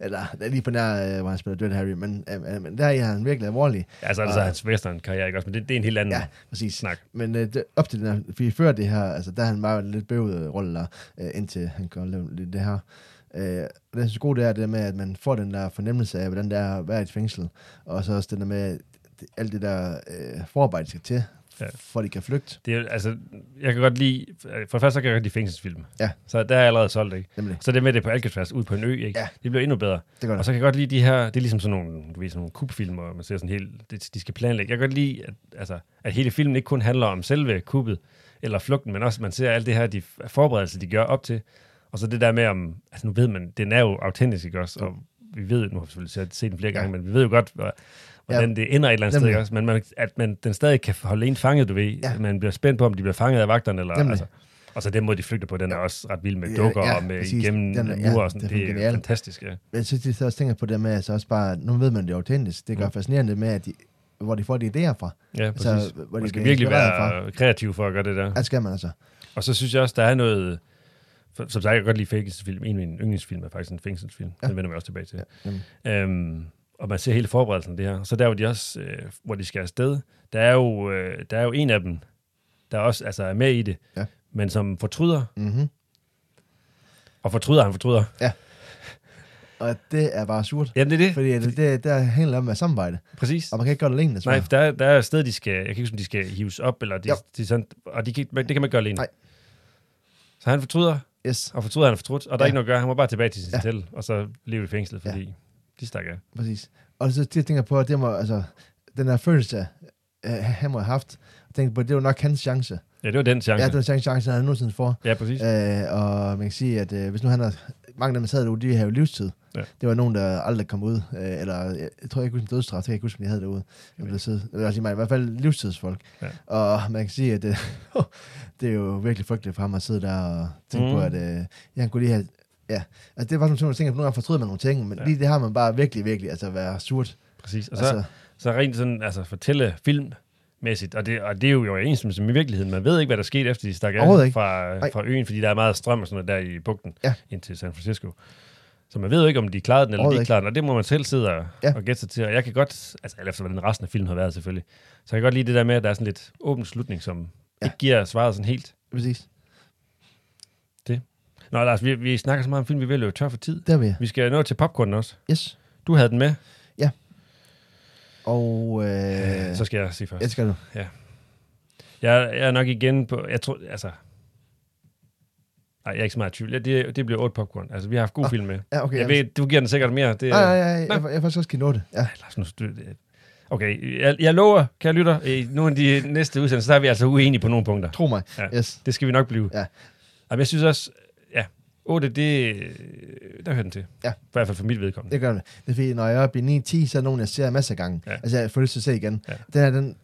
Speaker 4: eller det er lige på nær, øh, hvor han spiller Dirty Harry. Men, øh, øh, men der er han virkelig alvorlig.
Speaker 3: Altså, altså hans western-karriere, ikke også? Men det, det er en helt anden ja.
Speaker 4: Ja, præcis.
Speaker 3: Mm. snak.
Speaker 4: Men øh, det, op til den her, fordi før det her, altså, der er han meget lidt bøvet øh, rolle der, øh, indtil han kan lave lidt det her. Øh, og det, jeg synes gode, det er det der med, at man får den der fornemmelse af, hvordan det er at være i et fængsel, og så også det der med, at det- alt det der øh, forarbejde skal til,
Speaker 3: Ja.
Speaker 4: ja. for at de kan flygte,
Speaker 3: Det er, altså, jeg kan godt lide, for det første så kan jeg godt lide fængselsfilm.
Speaker 4: Ja.
Speaker 3: Så der er jeg allerede solgt, ikke?
Speaker 4: nemlig.
Speaker 3: Så det med det på Alcatraz, ude på en ø, ikke?
Speaker 4: Ja.
Speaker 3: Det bliver endnu bedre.
Speaker 4: Det gør
Speaker 3: Og
Speaker 4: det.
Speaker 3: så kan jeg godt lide de her, det er ligesom sådan nogle, du ved, sådan nogle kubfilm, hvor man ser sådan helt, det, de skal planlægge. Jeg kan godt lide, at, altså, at hele filmen ikke kun handler om selve kuppet eller flugten, men også, at man ser alt det her, de forberedelser, de gør op til. Og så det der med om, altså nu ved man, den er jo autentisk, ikke også? Og vi ved, nu har vi selvfølgelig set den flere gange, men vi ved jo godt, hvor- hvordan
Speaker 4: Ja.
Speaker 3: det ender et eller andet sted,
Speaker 4: Nemlig.
Speaker 3: ikke også? Men man, at man, den stadig kan holde en fanget, du ved.
Speaker 4: Ja.
Speaker 3: Man bliver spændt på, om de bliver fanget af vagterne, eller
Speaker 4: Nemlig.
Speaker 3: altså. Og så den måde, de flygter på, den er også ret vild med
Speaker 4: Ja,
Speaker 3: dukker
Speaker 4: ja,
Speaker 3: og med
Speaker 4: præcis.
Speaker 3: igennem
Speaker 4: Den er- ja,
Speaker 3: mure og sådan.
Speaker 4: det er
Speaker 3: Det er, det er
Speaker 4: genial.
Speaker 3: fantastisk, ja.
Speaker 4: Men jeg synes, de så også tænker på det med, altså også bare, nu ved man det er autentisk, det gør
Speaker 3: Mm.
Speaker 4: fascinerende med, at de, hvor de får de idéer fra.
Speaker 3: Ja, præcis.
Speaker 4: Altså,
Speaker 3: Altså,
Speaker 4: hvor de
Speaker 3: man skal
Speaker 4: bliver
Speaker 3: virkelig
Speaker 4: inspireret
Speaker 3: være fra. kreativ for at gøre det der.
Speaker 4: Ja, det skal man altså.
Speaker 3: Og så synes jeg også, der er noget... For, som sagt, jeg kan godt lide fængselsfilm. En af mine yndlingsfilm er faktisk en fængselsfilm. Ja.
Speaker 4: Ja.
Speaker 3: Den vender vi også tilbage til.
Speaker 4: Nemlig.
Speaker 3: Ja. Øhm, og man ser hele forberedelsen af det her. Så der, hvor de, også, øh, hvor de skal afsted, der er, jo, øh, der er jo en af dem, der også altså, er med i det,
Speaker 4: Ja.
Speaker 3: men som fortryder.
Speaker 4: Mm-hmm.
Speaker 3: Og fortryder, han fortryder.
Speaker 4: Og det er bare surt.
Speaker 3: Jamen, det er det.
Speaker 4: Fordi det, det, der handler om at samarbejde,
Speaker 3: Præcis.
Speaker 4: og man kan ikke gøre det alene, altså.
Speaker 3: Nej,
Speaker 4: desværre.
Speaker 3: for der, er- der er et sted, de skal, jeg kan ikke huske, om de skal hives op, eller de,
Speaker 4: Jo.
Speaker 3: de er sådan, og de kan, men det kan man ikke gøre alene.
Speaker 4: Nej.
Speaker 3: Så han fortryder,
Speaker 4: Yes,
Speaker 3: Og fortryder, han er fortrudt, og der er
Speaker 4: Ja.
Speaker 3: ikke noget at gøre. Han må bare tilbage til sin ja.
Speaker 4: Ja.
Speaker 3: hotel, og så leve i fængslet,
Speaker 4: Ja.
Speaker 3: fordi ja. de stak af.
Speaker 4: præcis. Og så det, jeg tænker på, at det må, altså, den her følelse, øh, han må have haft, jeg tænker på, at det var nok hans chance.
Speaker 3: Ja, det var den
Speaker 4: Ja,
Speaker 3: chance.
Speaker 4: det var hans chance, han nogensinde får.
Speaker 3: ja præcis. Ja.
Speaker 4: Øh, og man kan sige, at øh, hvis nu han har, mange af dem der sad derude, de havde jo livstid.
Speaker 3: Ja.
Speaker 4: Det var nogen, der aldrig kom ud, øh, eller jeg, jeg tror jeg ikke husker en dødsstraf, det kan jeg ikke huske, om de havde derude. Jeg blev siddet, eller også i mig, i hvert fald livstidsfolk.
Speaker 3: Ja.
Speaker 4: Og man kan sige, at øh, <laughs> det er jo virkelig frygteligt for ham at sidde der og tænke
Speaker 3: Mm.
Speaker 4: mm. på, at øh, ja, han kunne lige have... Ja, altså det var sådan nogle ting, at nogle gange fortryder man nogle ting, men
Speaker 3: Ja.
Speaker 4: ja. lige det har man bare virkelig, virkelig, altså være surt.
Speaker 3: præcis. Og så, altså.
Speaker 4: Altså,
Speaker 3: så rent sådan, altså fortælle filmmæssigt, og det, og det er jo i overensstemmelse med virkeligheden. Man ved ikke, hvad der skete, efter de stak af
Speaker 4: Overhovedet ikke.
Speaker 3: fra,
Speaker 4: Nej.
Speaker 3: fra øen, fordi der er meget strøm og sådan noget der i bugten ja.
Speaker 4: Ja.
Speaker 3: ind til San Francisco. Så man ved jo ikke, om de klarede den, eller de
Speaker 4: Overhovedet
Speaker 3: ikke
Speaker 4: ikke.
Speaker 3: klarede den, og det må man selv sidde og, ja.
Speaker 4: Ja.
Speaker 3: og gætte sig til. Og jeg kan godt, altså alt efter hvordan resten af filmen har været selvfølgelig, så jeg kan godt lide det der med, at der er sådan lidt åben slutning, som ja.
Speaker 4: Ja.
Speaker 3: ikke giver svaret sådan helt.
Speaker 4: præcis.
Speaker 3: Nå, Lars, vi, vi snakker så meget om film, vi vil løbe tør for tid.
Speaker 4: Der vil jeg.
Speaker 3: Vi skal nå til popcorn også.
Speaker 4: Yes.
Speaker 3: Du havde den med,
Speaker 4: Og øh,
Speaker 3: øh. så skal jeg sige først.
Speaker 4: jeg skal du.
Speaker 3: Jeg, jeg er nok igen på, jeg tror, altså... Nej, jeg er ikke så meget i tvivl. Ja, det, det bliver otte popcorn. Altså, vi har haft god ah, film med.
Speaker 4: Ja, okay.
Speaker 3: Okay, jeg ved, du giver den sikkert mere. Det,
Speaker 4: Nej, nej, nej, jeg,
Speaker 3: Nå.
Speaker 4: jeg, jeg, faktisk også kan nå det. Ja.
Speaker 3: Ej, Lars, nu, du, det- okay, jeg, jeg lover, kære lytter, i nogle af de næste udsendelser, der er vi altså uenige på nogle punkter.
Speaker 4: Tro mig.
Speaker 3: Ja.
Speaker 4: Ja. Yes.
Speaker 3: Det skal vi nok blive.
Speaker 4: Ja.
Speaker 3: Jamen, jeg synes også, ja, 8, det, der hører den til.
Speaker 4: Ja.
Speaker 3: I hvert fald for mit vedkommende.
Speaker 4: Det gør det. Det er fordi, når jeg er oppe i 9-10, så er der nogen, jeg ser masser af gange.
Speaker 3: Ja.
Speaker 4: Ja. Altså, jeg får lyst til at se igen.
Speaker 3: Ja.
Speaker 4: Ja. Den her, den...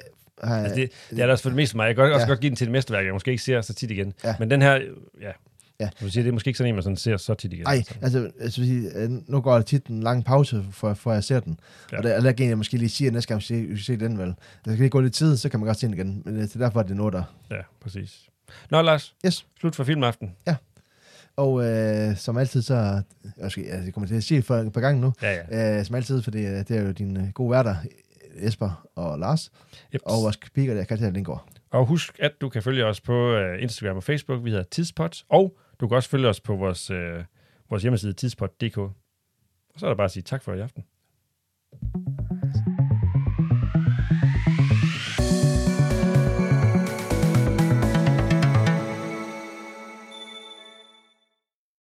Speaker 4: øh, Har,
Speaker 3: Altså, det, det er da også for det meste for mig. Jeg kan godt- også ja.
Speaker 4: Ja.
Speaker 3: godt give den til et mesterværk, jeg måske ikke ser så tit igen. Ja.
Speaker 4: Ja.
Speaker 3: Men den her, øh, ja. ja.
Speaker 4: Ja.
Speaker 3: Du siger, det er måske ikke sådan en, man sådan ser så tit igen.
Speaker 4: ej,
Speaker 3: Så-
Speaker 4: altså, jeg skal sige, øh, nu går der tit en lang pause, for, for jeg ser den.
Speaker 3: Ja.
Speaker 4: Ja. Og der, og der kan jeg måske lige sige, at næste gang, vi skal se den, vel. Der skal lige gå lidt tid, så kan man godt se den igen. Men det er derfor, at det er noget der.
Speaker 3: Ja, præcis. Nå, Lars,
Speaker 4: Yes.
Speaker 3: slut for filmaften.
Speaker 4: Og øh, som altid, så... øh, Jeg, skal, altså, jeg kommer til at sige det for et par gange nu.
Speaker 3: Ja, ja.
Speaker 4: Øh, som altid, for det, det er jo din øh, gode værter, Esper og Lars,
Speaker 3: Jeps.
Speaker 4: og vores speaker der, Katja Lindgaard.
Speaker 3: Og husk, at du kan følge os på øh, Instagram og Facebook. Vi hedder Tidspot. Og du kan også følge os på vores, øh, vores hjemmeside tidspot.dk. Og så er der bare at sige tak for i aften.